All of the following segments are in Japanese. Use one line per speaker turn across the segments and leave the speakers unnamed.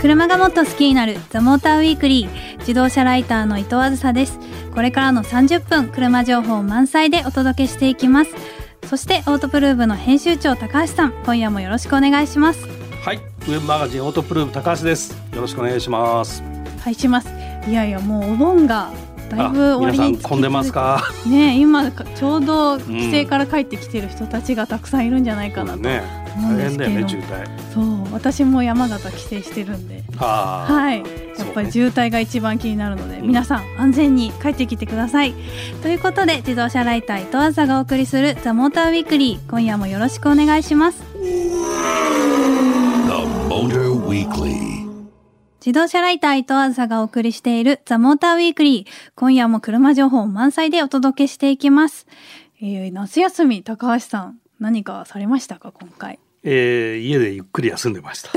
車がもっと好きになるザモーターウィークリー自動車ライターの伊藤あずさですこれからの30分車情報満載でお届けしていきますそしてオートプルーブの編集長高橋さん今夜もよろしくお願いします
はい、ウェブマガジンオートプルーブ高橋です。よろしくお願いします。
はいしますいやいやもうお盆がだいぶ
あ
終
皆
わり
さん
に
混んでますか？
ね今かちょうど帰省から帰ってきてる人たちがたくさんいるんじゃないかなと、
ね、
思うん
大
で
変
すけ
だ
れ
よ
ども
ね渋滞。
そう私も山形帰省してるんで
は
はい、
そう
や
ね
っぱり渋滞が一番気になるので、
うん
皆さん安全に帰ってきてください。ということで自動車ライター伊藤朝がお送りする「ザ・モーターウィークリー」今夜もよろしくお願いします。
The Motor Weekly.
自動車ライター伊藤朝がお送りしているザ・モーターウィークリー。今夜も車情報満載でお届けしていきます。えー、夏休み、高橋さん、何かされましたか今 回。
い。えー、家でゆっくり休んでま した。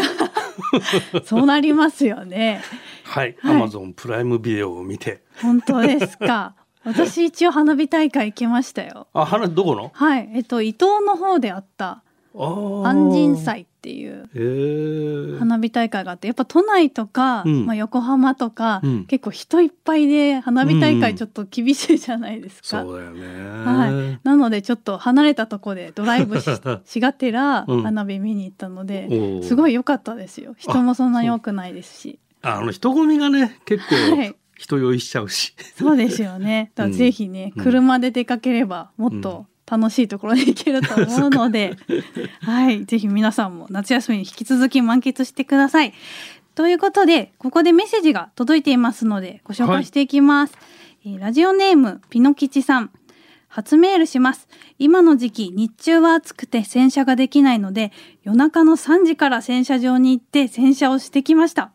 そうなりますよね。
はい。
はい
Amazon プライムビデオを見て。
本当で すか。私一応花火大会行きましたよ。
あ、花どこの？
はい。えっと、伊東の方であった
ああ。
安心。祭っていう
ええー。
花火大会があってやっぱ都内とか、
うん
まあ、横浜とか、
うん
結構人いっぱいで花火大
う
会
ん
ちょっと厳しいじゃないですか。
そうだよね。
はい、なのでちょっと離れたとこでドライブし しがてら
うん
花火見に行ったので、
おー
すごい良かったですよ人もそんなに多くないですし
あの人混みがね、結構
はい
人酔いしちゃうし。
そうですよねだからぜひね、
うん
車で出かければもっと楽しいところに行けると思う ので、はい、ぜひ皆さんも夏休みに引き続き満喫してください。ということで、ここでメッセージが届いていますので、ご紹介していきます。えーラジオネーム、ピノ吉さん。初メールします。今の時期、日中は暑くて洗車ができないので、夜中の3時から洗車場に行って洗車をしてきました。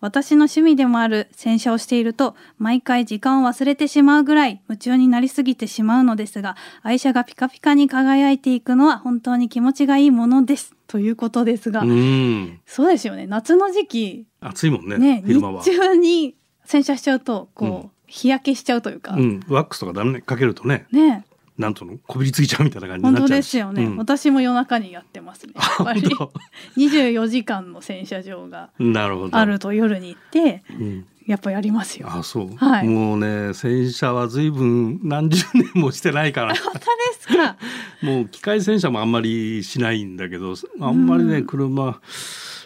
私の趣味でもある洗車をしていると、毎回時間を忘れてしまうぐらい夢中になりすぎてしまうのですが、愛車がピカピカに輝いていくのは本当に気持ちがいいものです。ということですが、
うん。
そうですよね。夏の時期、
暑いもんね。
ね、日
昼間は。
中に洗車しちゃうと、こう、
うん
日焼けしちゃうというか、
うん。ワックスとかダメねかけるとね、
ね、
なんとのこびりついちゃうみたいな感じに
本
なっ
当
ちゃ
で
う
す
し。
よね。
うん
私も夜中にやってますね。やっぱり
本
24時間の洗車場が
なるほど。
あると夜に行って、
うん、
やっぱやりますよ。
あそう、
はい
もうね洗車は随分何十年もしてない から
本当ですか。
もう機械洗車もあんまりしないんだけどあんまりね、
うん
車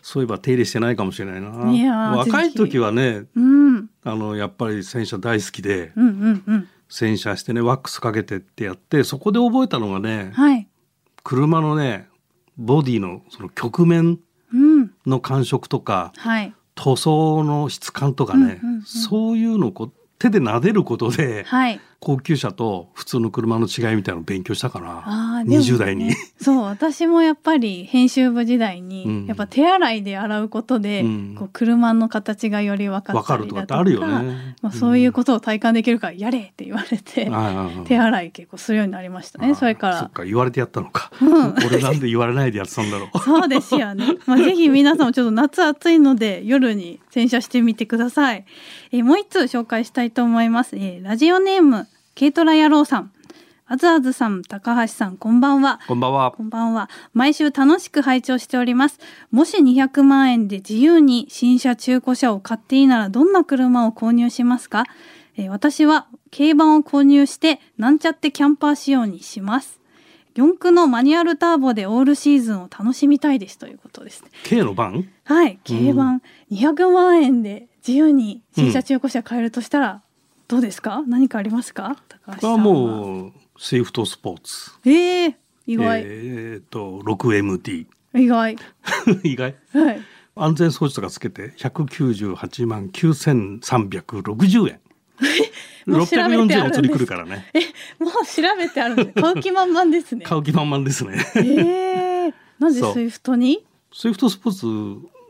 そういえば手入れしてないかもしれないない
やー
若い時はね
うん、うん
あのやっぱり洗車大好きで
うんうん。
洗車してねワックスかけてってやってそこで覚えたのがね
はい。
車のねボディのその曲面
うん。
の感触とか
はい。
塗装の質感とかね、
うんうんうん
そういうのをこう手で撫でることで、
はい。
高級車と普通の車の違いみたいなのを勉強したか
あ
な、
ーでもね
20代に、
そう私もやっぱり編集部時代に、
うん
やっぱ手洗いで洗うことで、
うん
こう車の形がより分か
分
った
か
り
るとか
だとか
ってあるよね。
まあ、そういうことを体感できるからやれって言われて、
と
手洗い結構するようになりましたねそれか
そっ
ら
か言われてやったのか、
うん
俺なんで言われないでやってたんだろ う
そうですよね、まあ、ぜひ皆さんもちょっと夏暑いので夜に洗車してみてください、えーもう一通紹介したいと思います、えーラジオネーム軽トラ野郎さんあずあずさん高橋さんこんばんは
こんばんは
こんばんは。毎週楽しく拝聴しております。もし200万円で自由に新車中古車を買っていいならどんな車を購入しますか、えー私は軽バンを購入してなんちゃってキャンパー仕様にします。四駆のマニュアルターボでオールシーズンを楽しみたいですということですね。
K の番
はい、軽バン200万円で自由に新車中古車買えるとしたらどうですか？何かありますか？高橋
これ
さん
は
は。う
もうスイフトスポーツ
えー、意
え
外、
ーっと 6MT
意外
意外
はい。
安全装置とかつけて198万9360円
もう調べてあるんで
640
す
円お釣りくるからね
え、もう調べてあ るんで、買う気満々ですね。
買う気満々ですね
ええなぜ
そう
スイフトに。
スイフトスポーツ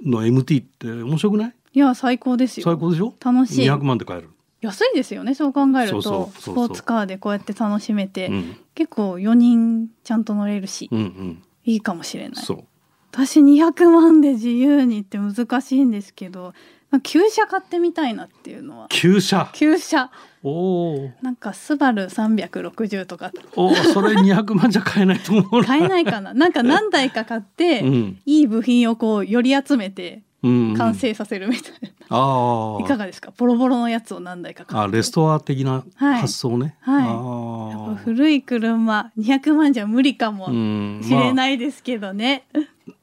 の MT って面白くない
いや、最高ですよ。
最高でしょ
楽しい
200万で買える、
安いですよね、そう考えると、
そうそうそうそう
スポーツカーでこうやって楽しめて。
うん、
結構四人ちゃんと乗れるし、
うんうん
いいかもしれない。
そう
私200万で自由にって難しいんですけど。まあ旧車買ってみたいなっていうのは。
旧車
旧車、
おー
なんかスバル360とか。
おーそれ200万じゃ買えないと思うな
買えないかな、なんか何台か買って。
うん
いい部品をこう寄り集めて
うんうん
完成させるみたいな、
ああ
いかがですかボロボロのやつを何台か買
あレストア的な
はい
発想ね、
はいやっぱ
ああ
古い車200万じゃ無理かも
うん
しれ
ま
ないですけどね、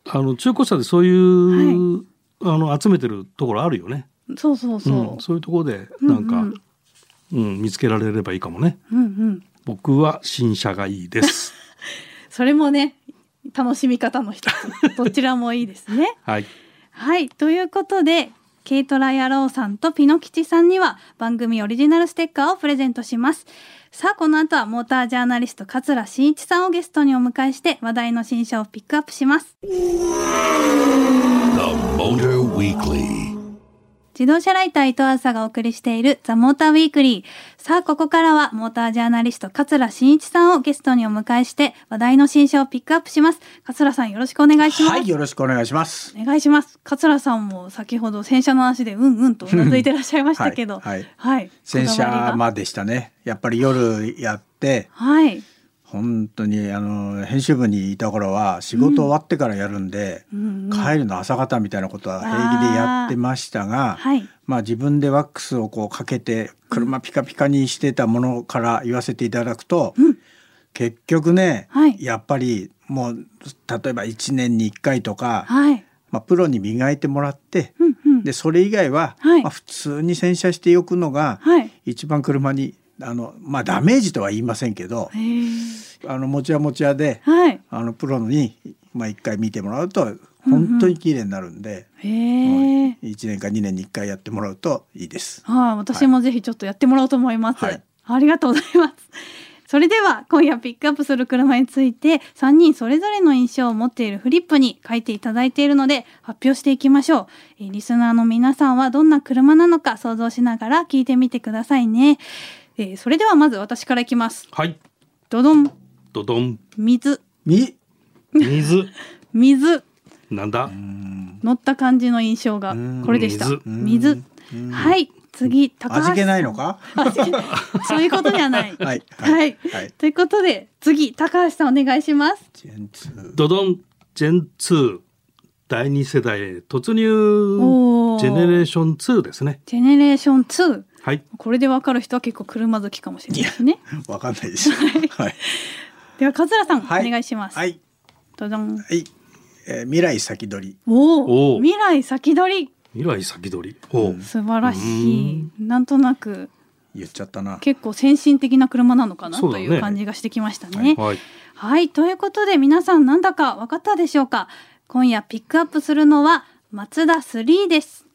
あ、あの中古車でそういう、あの集めてるところあるよね
そうそうそう、
ん、そういうところでなんか、
う
うんん見つけられればいいかもね
うんうん、
僕は新車がいいです
それもね楽しみ方の一つどちらもいいですね。
はい
はいということで軽トラ野郎さんとピノ吉さんには番組オリジナルステッカーをプレゼントします。さあこの後はモータージャーナリスト桂真一さんをゲストにお迎えして話題の新車をピックアップします。
The Motor Weekly.
自動車ライター伊藤朝がお送りしているザ・モーターウィークリー。さあ、ここからはモータージャーナリスト桂真一さんをゲストにお迎えして話題の新車をピックアップします。桂さんよろしくお願いします。
はい、よろしくお願いします。
お願いします。桂さんも先ほど洗車の話でうんうんとうなずいてらっしゃいましたけど、
はいはい
はい。
洗
こだわ
車
りが
までしたね。やっぱり夜やって、
はい。
本当にあの編集部にいた頃は仕事終わってからやるんで、
うんうん
帰るの朝方みたいなことは平気でやってましたが、
はい。
まあ自分でワックスをこうかけて車ピカピカにしてたものから言わせていただくと、結局ね、
はい
やっぱりもう例えば1年に1回とか、
はい。
まあ、プロに磨いてもらって、
うんうん。
でそれ以外は、
はい
まあ、普通に洗車しておくのが、
はい。
一番車にあの、まあ、ダメージとは言いませんけど
へー
あの持ちは持ちはで
はい。
あのプロにまあ、一回見てもらうと本当に綺麗になるんで、
へえ。
一年か二年に一回やってもらうといいです。
はい、私もぜひちょっとやってもらおうと思います。
はい
ありがとうございます。 それでは今夜ピックアップする車について3人それぞれの印象を持っているフリップに書いていただいているので発表していきましょう。えーリスナーの皆さんはどんな車なのか想像しながら聞いてみてくださいね。えーそれではまず私からいきます。
はい
ドドン、
ドドン
水、
み
水
水、
なんだ
乗った感じの印象がこれでした。
うん
水。はい、次、高橋さん。
味気ないのか
味気ないそういうことじゃない。
はい
はい。
はい
ということで、次、高橋さんお願いします。
ジェンツ
ドドンジェン2第二世代へ突入
おー
ジェネレーション2ですね
ジェネレーション2。
はい
これでわかる人は結構車好きかもしれないですね。
ーわかんないです。はい、
では、桂さん、
は
お願いします。
は。い、
どどん。
はいえー未来先取り。
おお。
おー
未来先取り。
未来先取りおう
素晴らしい。なんとなく、
言っちゃったな。
結構先進的な車なのかな
そう
と
だね
いう感じがしてきましたね。
はい
はい、ということで皆さんなんだか分かったでしょうか今夜ピックアップするのはマツダ3です。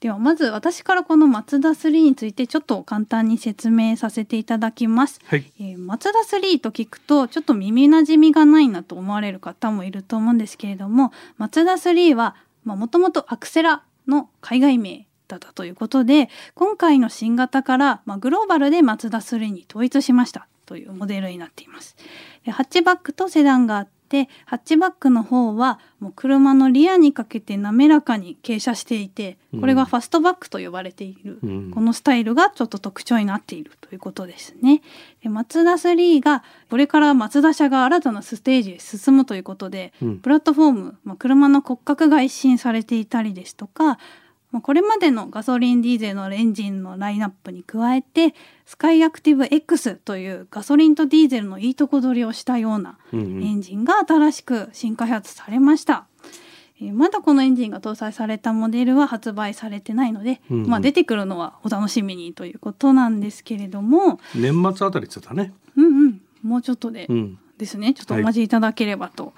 ではまず私からこのマツダ3についてちょっと簡単に説明させていただきます。
はい
えーマツダ3と聞くとちょっと耳なじみがないなと思われる方もいると思うんですけれどもマツダ3はもともとアクセラの海外名だったということで今回の新型から、まあ、グローバルでマツダ3に統一しましたというモデルになっています。でハッチバックとセダンがあってハッチバックの方はもう車のリアにかけて滑らかに傾斜していてこれがファストバックと呼ばれている、
うん
このスタイルがちょっと特徴になっているということですね。でマツダ3がこれからマツダ社が新たなステージへ進むということで、
うん
プラットフォーム、まあ、車の骨格が一新されていたりですとか、まあ、これまでのガソリンディーゼルのエンジンのラインナップに加えてスカイアクティブ X というガソリンとディーゼルのいいとこ取りをしたような
うんう
エ
ん
ンジンが新しく新開発されました。えーまだこのエンジンが搭載されたモデルは発売されてないので、
うんうん
まあ、出てくるのはお楽しみにということなんですけれども、
年末あたりって言ってたね
うんうん、もうちょっとで
うん
ですね、ちょっとお待ちいただければと。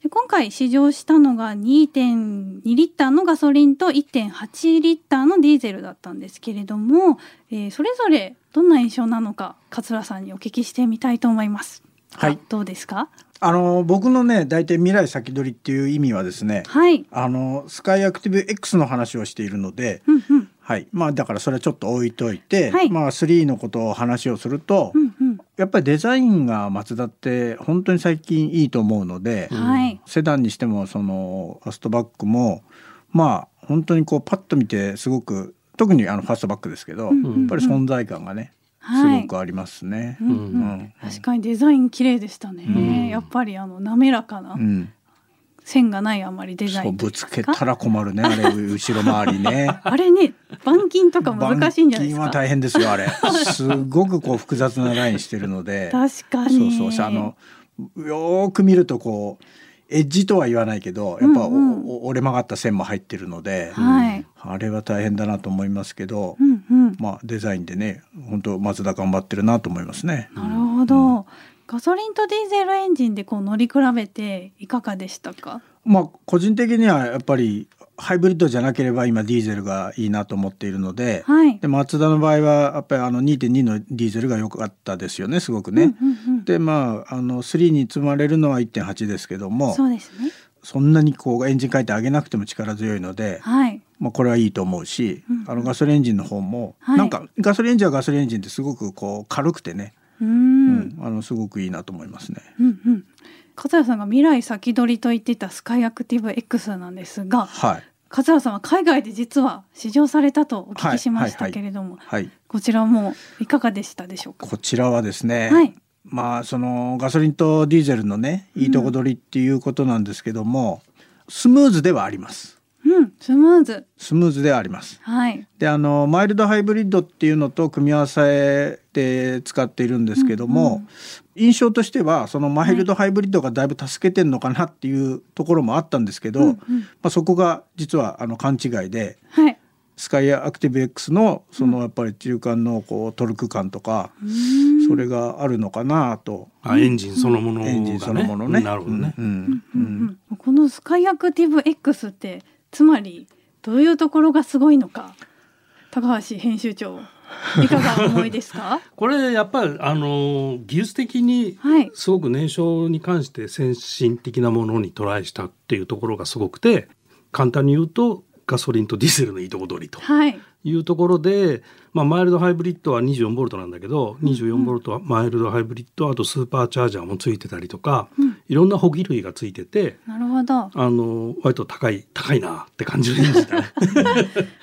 で今回試乗したのが2.2リッターのガソリンと1.8リッターのディーゼルだったんですけれども、えーそれぞれどんな印象なのか桂さんにお聞きしてみたいと思います。
はい
あどうですか？
あの僕のね大体未来先取りっていう意味はですね、
はい。
あのスカイアクティブ X の話をしているので、
うんうん
はい、まあだからそれはちょっと置いといて、
はい
まあ3のことを話をすると、
うんうん。
やっぱりデザインがマツダって本当に最近いいと思うので、
はい。
セダンにしてもそのファストバックもまあ本当にこうパッと見てすごく特にあのファストバックですけど、
うんうん
やっぱり存在感がね、
はい
すごくありますね。
うんう
うん
ん確かにデザイン綺麗でしたね。
うん
やっぱりあの滑らかな
うん
線がないあまりデザ
そ
イ
う
ンとい
ぶ
う
つけ
か
たら困るねあれ後ろ回りね
あれね板金とか難しいんじゃないです
板金は
か
大変ですよ あれすごくこう複雑なラインしてるので
確か
そう
に
そうそうあのよーく見るとこうエッジとは言わないけどやっぱお
うんうん
お折れ曲がった線も入ってるので、
はい、
あれは大変だなと思いますけど、
うんうん、
まあデザインでね本当松田頑張ってるなと思いますね。
なるほど、ガソリンとディーゼルエンジンでこう乗り比べていかがでしたか
まあ個人的にはやっぱりハイブリッドじゃなければ今ディーゼルがいいなと思っているので、
はい
でマツダの場合はやっぱりあの2.2のディーゼルが良かったですよねすごくね。
うんうん
でまああの3に積まれるのは1.8ですけど
う
も
ん、そうですね
そんなにこうエンジン変えてあげなくても力強いので、
はい
まあ、これはいいと思うし、
うんうん
あのガソリンエンジンの方も、
はい
なんかガソリンエンジンはガソリンエンジンってすごくこう軽くてね、
う
うんんあのすごくいいなと思いますね。
うんうん、桂さんが未来先取りと言っていたスカイアクティブ X なんですが
はい
桂さんは海外で実は試乗されたとお聞きしまし
は
た
いはいはい
けれども、
はい、
こちらもいかがでしたでしょうか
こちらはですね、
はい
まあそのガソリンとディーゼルのねいいとこ取りっていうことなんですけども、スムーズではあります
うんスムーズ
スムーズではあります。
はい
であのマイルドハイブリッドっていうのと組み合わせで使っているんですけども、印象としてはそのマイルドハイブリッドがだいぶ助けてんのかなっていうところもあったんですけど、
うんうん
まあ、そこが実はあの勘違いで
はい
スカイアクティブ X のそのやっぱり中間のこうトルク感とか、
うーん
それがあるのかなと、
あエンジンそのものが
エンジンそのものね。
なるほどね
う。んう
うん
うん
んうんこのスカイアクティブ X ってつまりどういうところがすごいのか高橋編集長いかがお思いです か
これやっぱりあの技術的に
はい
すごく燃焼に関して先進的なものにトライしたっていうところがすごくて簡単に言うとガソリンとディーゼルのいいとこ取りと
はい
いうところで、まあ、マイルドハイブリッドは24ボルトなんだけど24ボルトはマイルドハイブリッドあとスーパーチャージャーもついてたりとか、
うん
いろんな補給類がついてて
なるほど
あの割と高い高いなって感じるんですね。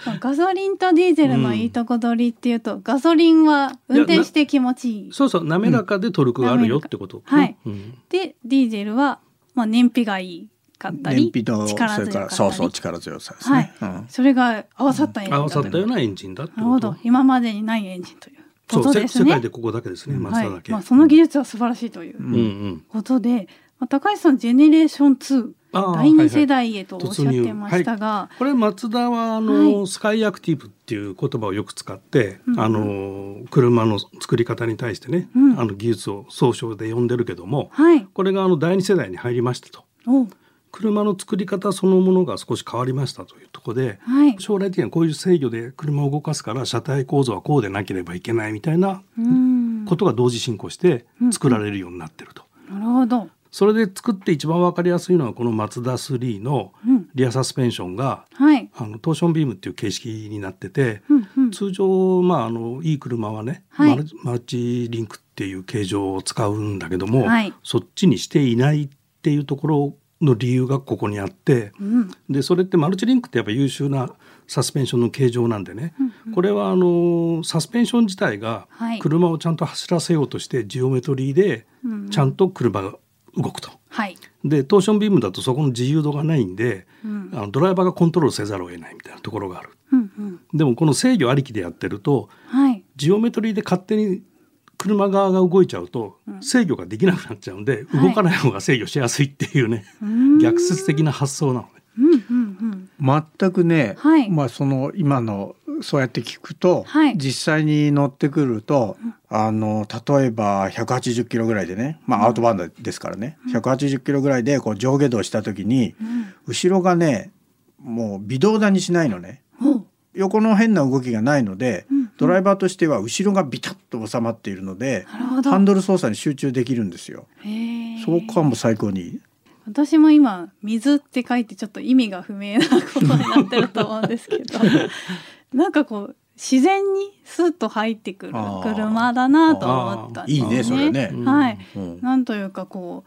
まあガソリンとディーゼルのいいとこ取りっていうと、ガソリンは運転して気持ちいい
そうそう滑らかでトルクがあるよってこと、
うんはい
うん
でディーゼルは、まあ、燃費がいいかったり
燃費とそれ
力強
か
かった
ら
り
そうそう力強さです
はい
ね。うん
それが合わさったエンジンだ
合
と
わさったようなエンジンだって
なるほ
こと
ど今までにないエンジンという
そ
こと
う、せ
です
世
ね
界でここだけですね、松
はい
田だけ。
まあ、その技術は素晴らしいという
うんうん。
ことで、まあ、高橋さんジェネレーション2
ああ
第
はいは
二
い
世代へとおっしゃってましたが、
これ松田はあの、
は
スカイアクティブっていう言葉をよく使って、
うんうん
あの車の作り方に対してね、
うん
あの技術を総称で呼んでるけども、
はい
これがあの第二世代に入りましたと。
お
車の作り方そのものが少し変わりましたというところで、
はい
将来的にはこういう制御で車を動かすから車体構造はこうでなければいけないみたいな
うん
ことが同時進行して
うん
作られるようになってると。
なるほど、
それで作って一番わかりやすいのはこのマツダ3の
うん、
リアサスペンションが
はい、
あのトーションビームっていう形式になってて、
うんうん、
通常、まあ、あのいい車はね、
はい
マルマルチリンクっていう形状を使うんだけども、
はい
そっちにしていないっていうところの理由がここにあって
うん
でそれってマルチリンクってやっぱ優秀なサスペンションの形状なんでね、
うんうん
これはあのサスペンション自体が
はい
車をちゃんと走らせようとしてジオメトリーで
うん
ちゃんと車が動くと。
はい、
でトーションビームだとそこの自由度がないんで、
うん
あのドライバーがコントロールせざるを得ないみたいなところがある
うんうん、
でもこの制御ありきでやってると
はい、
ジオメトリーで勝手に車側が動いちゃうと
うん
制御ができなくなっちゃうんで、
はい
動かない方が制御しやすいっていうね、
うん
逆説的な発想なのね。
うんうんうん、
全くね、
はい
まあその今のそうやって聞くと、
はい
実際に乗ってくると、あの例えば180キロぐらいでね、まあアウトバンドですからね、180キロぐらいでこう上下動した時に、
うん
後ろがねもう微動だにしないのね
おう
横の変な動きがないので、
うん
ドライバーとしては後ろがビタッと収まっているので、
なるほど
ハンドル操作に集中できるんですよ。
へー
そこはもう最高にいい
私も今「水」って書いてちょっと意味が不明なことになってると思うんですけ どなんかこう自然にスッと入ってくる
あー
車だなと思ったんです
いいねそれね。
うん
はい、
うん
なんというかこ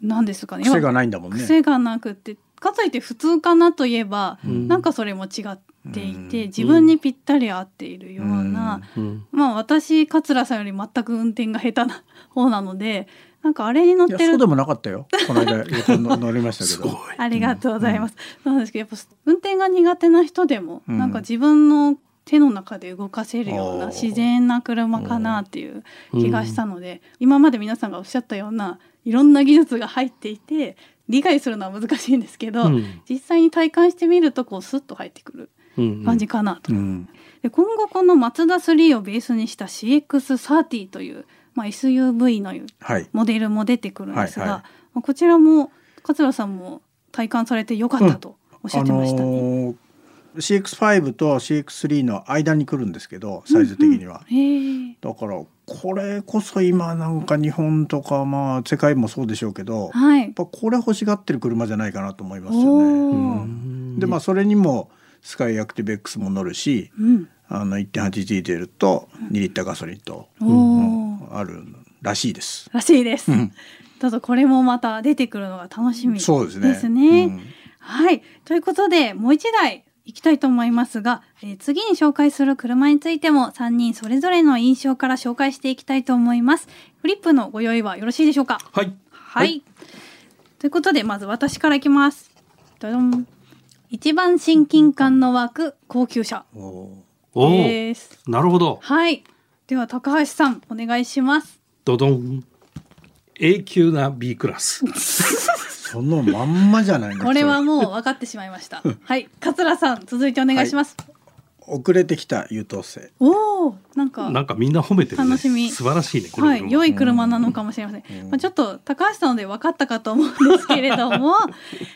うなんですかね
癖がないんだもんね。
癖がなくてかといって普通かなといえば、
うん
なんかそれも違っていて、
うん
自分にぴったり合っているような、
うん
うん
まあ私桂さんより全く運転が下手な方なのでなんかあれに乗っ
いや
て
そう
る
でもなかったよこの 間旅行の乗りました
す
け
ごい
ど。
ありがとうございます、なんですけどやっぱ運転が苦手な人でも、
うん
なんか自分の手の中で動かせるような
おー
自然な車かなっていう気がしたので、今まで皆さんがおっしゃったようないろんな技術が入っていて理解するのは難しいんですけど、
うん
実際に体感してみるとこうスッと入ってくる
うん
感じかなと。
うん
で今後このマツダ3をベースにした CX30 という、まあ、SUV の
はい。
モデルも出てくるんですが、
はいはい
まあこちらも桂さんも体感されてよかったとおっしゃってましたね。
のー CX5 と CX3 の間に来るんですけどサイズ的には、
へえ
だからこれこそ今なんか日本とかまあ世界もそうでしょうけど、やっ
はい。
ぱこれ欲しがってる車じゃないかなと思いますよ
お
ね。
う
ー
ん
でまあそれにもスカイアクティブ X も乗るし
うん。
あの 1.8G 出ると2リッターガソリンと、
おお。
あるらしいです。
らしいです
うん。
ただこれもまた出てくるのが楽しみですね。
そうですね。うん
はい。ということで、もう一台行きたいと思いますが、えー次に紹介する車についても3人それぞれの印象から紹介していきたいと思います。フリップのご用意はよろしいでしょうか
はい
はい。ということで、まず私からいきます。どどん。一番親近感の湧く高級車
お
おお
です。
なるほど
はい。では、高橋さん、お願いします。
ドドン永久な B クラス
そのまんまじゃないの
これはもう分かってしまいま した。はい。桂さん、続いてお願いします。
遅れてきた優等生
おお、なんか。
なんかみんな褒めてるね
楽しみ
素晴らしいねこれ、
はい、良い車なのかもしれません。
うん
まあ、ちょっと高橋さんので分かったかと思うんですけれども、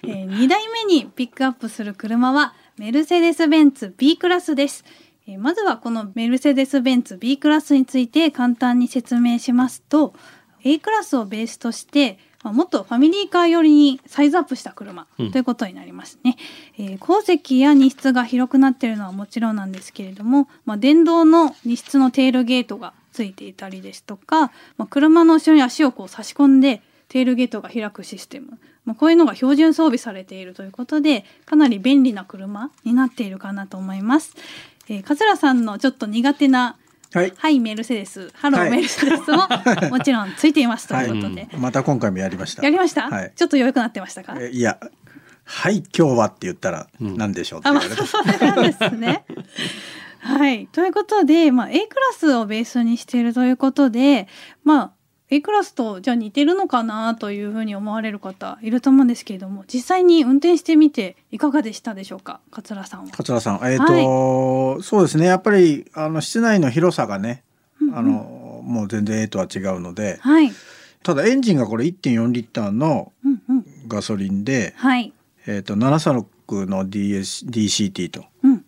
えー、2台目にピックアップする車はメルセデス・ベンツ B クラスです。えーまずはこのメルセデス・ベンツ B クラスについて簡単に説明しますと A クラスをベースとして、まあ、もっとファミリーカー寄りにサイズアップした車と
うん
いうことになりますね、えー後席や荷室が広くなっているのはもちろんなんですけれども、まあ、電動の荷室のテールゲートがついていたりですとか、まあ、車の後ろに足をこう差し込んでテールゲートが開くシステム、まあ、こういうのが標準装備されているということでかなり便利な車になっているかなと思います。えー、桂さんのちょっと苦手な
はい
はい、メルセデス、ハロー、
はい
メルセデスももちろんついていますということで、
また今回もやりました
やりました、
はい
ちょっと良くなってましたか
えいやはい今日はって言ったら
ん
何でしょうって
あ、
言
ま
わ
あ、
れた、
そうなんですね。はい。ということで、まあ、A クラスをベースにしているということで、まあ、A クラスとじゃあ似てるのかなというふうに思われる方いると思うんですけれども、実際に運転してみていかがでしたでしょうか、桂さんは。
桂さんえっ、と、そうですねやっぱりあの室内の広さがね、あのもう全然 A とは違うので
はい。
ただエンジンがこれ1.4リッターの
うんうん。
ガソリンで、
はい。
えっと736の DS DCT と
うん。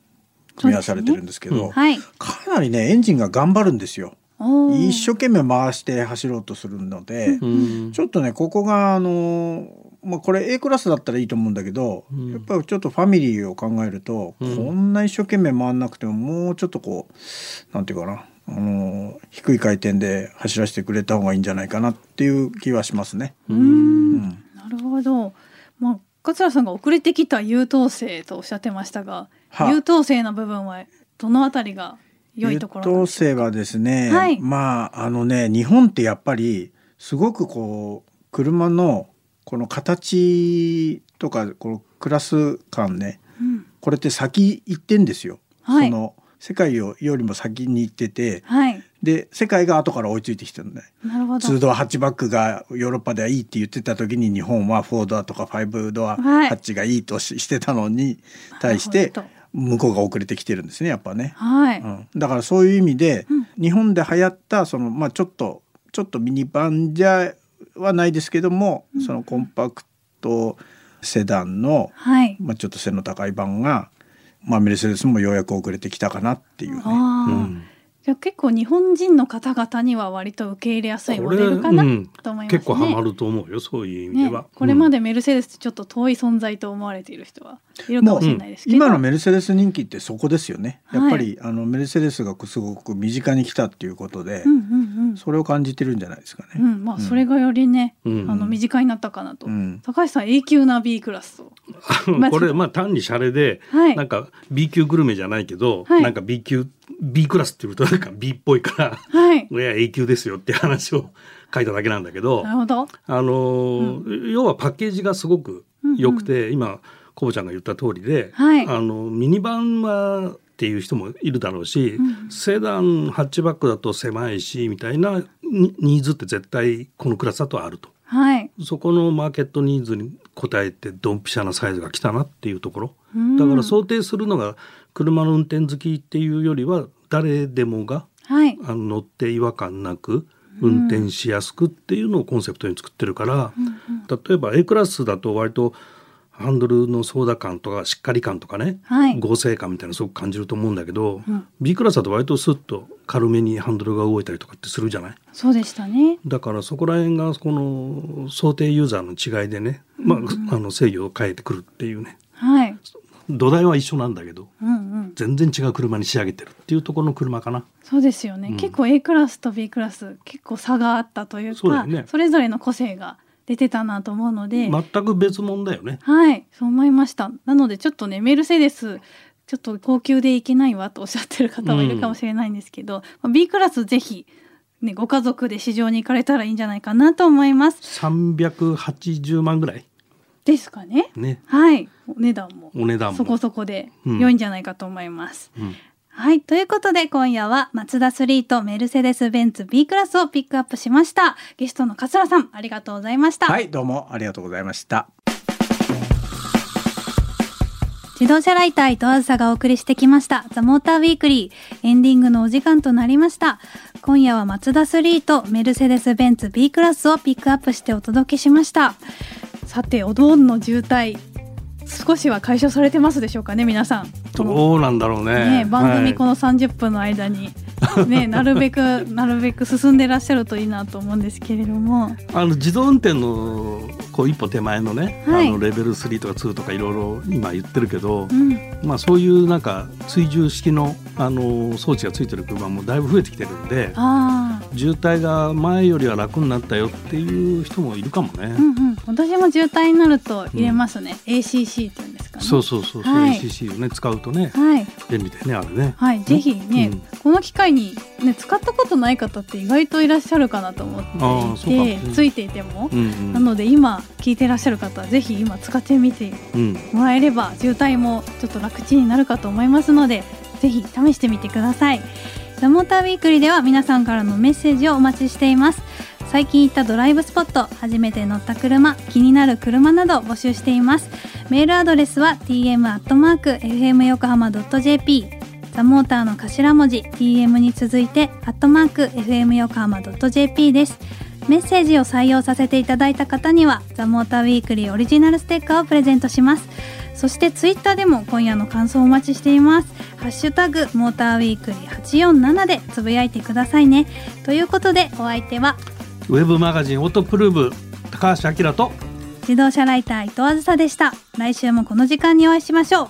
組み合わされてるんですすけど
うん
はい。
かなりねエンジンが頑張るんですよ。
おー
一生懸命回して走ろうとするので、
うん
ちょっとねここがあのまあこれ A クラスだったらいいと思うんだけど、
うん
やっぱりちょっとファミリーを考えると、
うん
こんな一生懸命回んなくてももうちょっとこうなんていうかなあの低い回転で走らせてくれた方がいいんじゃないかなっていう気はしますね。
うー。
うんん
なるほど。まあ、桂さんが遅れてきた優等生とおっしゃってましたが、
は
優等生な部分はどのあたりが良いところ
優
なんで
等
すか。
生はですね、
はい
まああのね日本ってやっぱりすごくこう車のこの形とかこのクラス感ね
うん
これって先行ってんですよ。
はい
その世界よよりも先に行ってて
はい。
で世界が後から追いついてきてるんだよ。
なるほど。
2ドアハッチバックがヨーロッパではいいって言ってた時に日本は4ドアとか5ドア
はい
ハッチがいいとししてたのに対し
なる
て
ほど
向こうが遅れてきてるんですねやっぱね。
はい。
うん、だからそういう意味で、
うん
日本で流行ったその、まあ、ちょっとちょっとミニバンじゃはないですけども、そのコンパクトセダンの、
はい。
まあ、ちょっと背の高い版が、まあ、メルセデスもようやく遅れてきたかなっていうね。
ああ、
うん
じゃあ結構日本人の方々には割と受け入れやすいモ
こ
デ
れ
ルかな
うん
と思いますね。
結構ハマると思うよそういう意味
ね
では、、
これま
で
でメルセデスってちょっと遠い存在と思われている人はいるかもしれないですけど、
今のメルセデス人気ってそこですよね。
はい
やっぱり、あのメルセデスがすごく身近に来たっていうことで、
うんうんうん、
それを感じてるんじゃないですか
う
ね。
ん、まあそれがよりね、
うん
あの身近になったかなと、
うん
高橋さん永久な B クラスと
これまあ単にシャレで、
はい
なんか B 級グルメじゃないけど、
はい
なんか B 級 B クラスっていうとなんか B っぽいから
はい
いや永久ですよっていう話を書いただけなんだけど
なるほど
あのー、要はパッケージがすごく良くて、今コボちゃんが言った通りで、
はい
あのミニバンはっていう人もいるだろうし、
うん
セダンハッチバックだと狭いしみたいなニニーズって絶対このクラスだとあると
はい
そこのマーケットニーズに応えてドンピシャなサイズが来たなっていうところ
うん
だから想定するのが車の運転好きっていうよりは誰でもが
はい
あの乗って違和感なく運転しやすくっていうのをコンセプトに作ってるから、例えば A クラスだと割とハンドルの操舵感とかしっかり感とかね、
はい
合成感みたいなのすごく感じると思うんだけど、
うん
B クラスだと割とスッと軽めにハンドルが動いたりとかってするじゃない
そうでしたね
だからそこら辺がこの想定ユーザーの違いでね、まあ、あの制御を変えてくるっていうね
はい
土台は一緒なんだけど
うんうん
全然違う車に仕上げてるっていうところの車かな。
そうですよね、
うん
結構 A クラスと B クラス結構差があったというか
そうだよね
それぞれの個性が出てたなと思うので、
全く別物だよね。
はいそう思いましたなのでちょっとねメルセデスちょっと高級でいけないわとおっしゃってる方もいるかもしれないんですけど、まあ B クラスぜひ、ね、ご家族で市場に行かれたらいいんじゃないかなと思います
380万ぐらい
ですかね
ね
はいお値段も
お値段も
そこそこで
うん
良いんじゃないかと思います、
うん
はい。ということで、今夜は、マツダ3とメルセデス・ベンツ B クラスをピックアップしました。ゲストの桂さん、ありがとうございました。
はいどうもありがとうございました
自動車ライター伊藤あずさがお送りしてきました「ザ・モーター・ウィークリー」エンディングのお時間となりました今夜はマツダ3とメルセデス・ベンツ B クラスをピックアップしてお届けしましたさてお盆の渋滞少しは解消されてますでしょうかね皆さんこの
どうなんだろうね
ね、番組こ
の、
の30分の間に、 ね、なるべくなるべく進んでらっしゃるといいなと思うんですけれども
はいあの自動運転のこう一歩手前のね、
はい
あのレベル3とか2とかいろいろ今言ってるけど
う、ん
まあ、そういうなんか追従式のあの装置がついてる車もだいぶ増えてきてるんで
ああ
渋滞が前よりは楽になったよっていう人もいるかもね。
うんうん私も渋滞になると入れますね、ACC っていうんですかね
そうそうそう、
はい
ACC をね使うとね
はい
便利だよねあれね。
はい、ぜひね、
うん
この機会に、ね、使ったことない方って意外といらっしゃるかなと
あ
思
あ
っ
そ
て
うか
いて、
うん
ついていても、
うん
なので今聞いていらっしゃる方はぜひ今使ってみて
うんうん
もらえれば渋滞もちょっと楽ちんになるかと思いますのでぜひ試してみてくださいラモーターウィークリーでは皆さんからのメッセージをお待ちしています最近行ったドライブスポット初めて乗った車気になる車など募集していますメールアドレスは tm.fmyokohama.jp ザモーターの頭文字 tm に続いてアットマーク fmyokohama.jp ですメッセージを採用させていただいた方にはザモーターウィークリーオリジナルステッカーをプレゼントしますそしてツイッターでも今夜の感想をお待ちしていますハッシュタグモーターウィークリー847でつぶやいてくださいねということでお相手は
ウェブマガジンオートプルーブ高橋明と
自動車ライター伊藤あずさでした来週もこの時間にお会いしましょう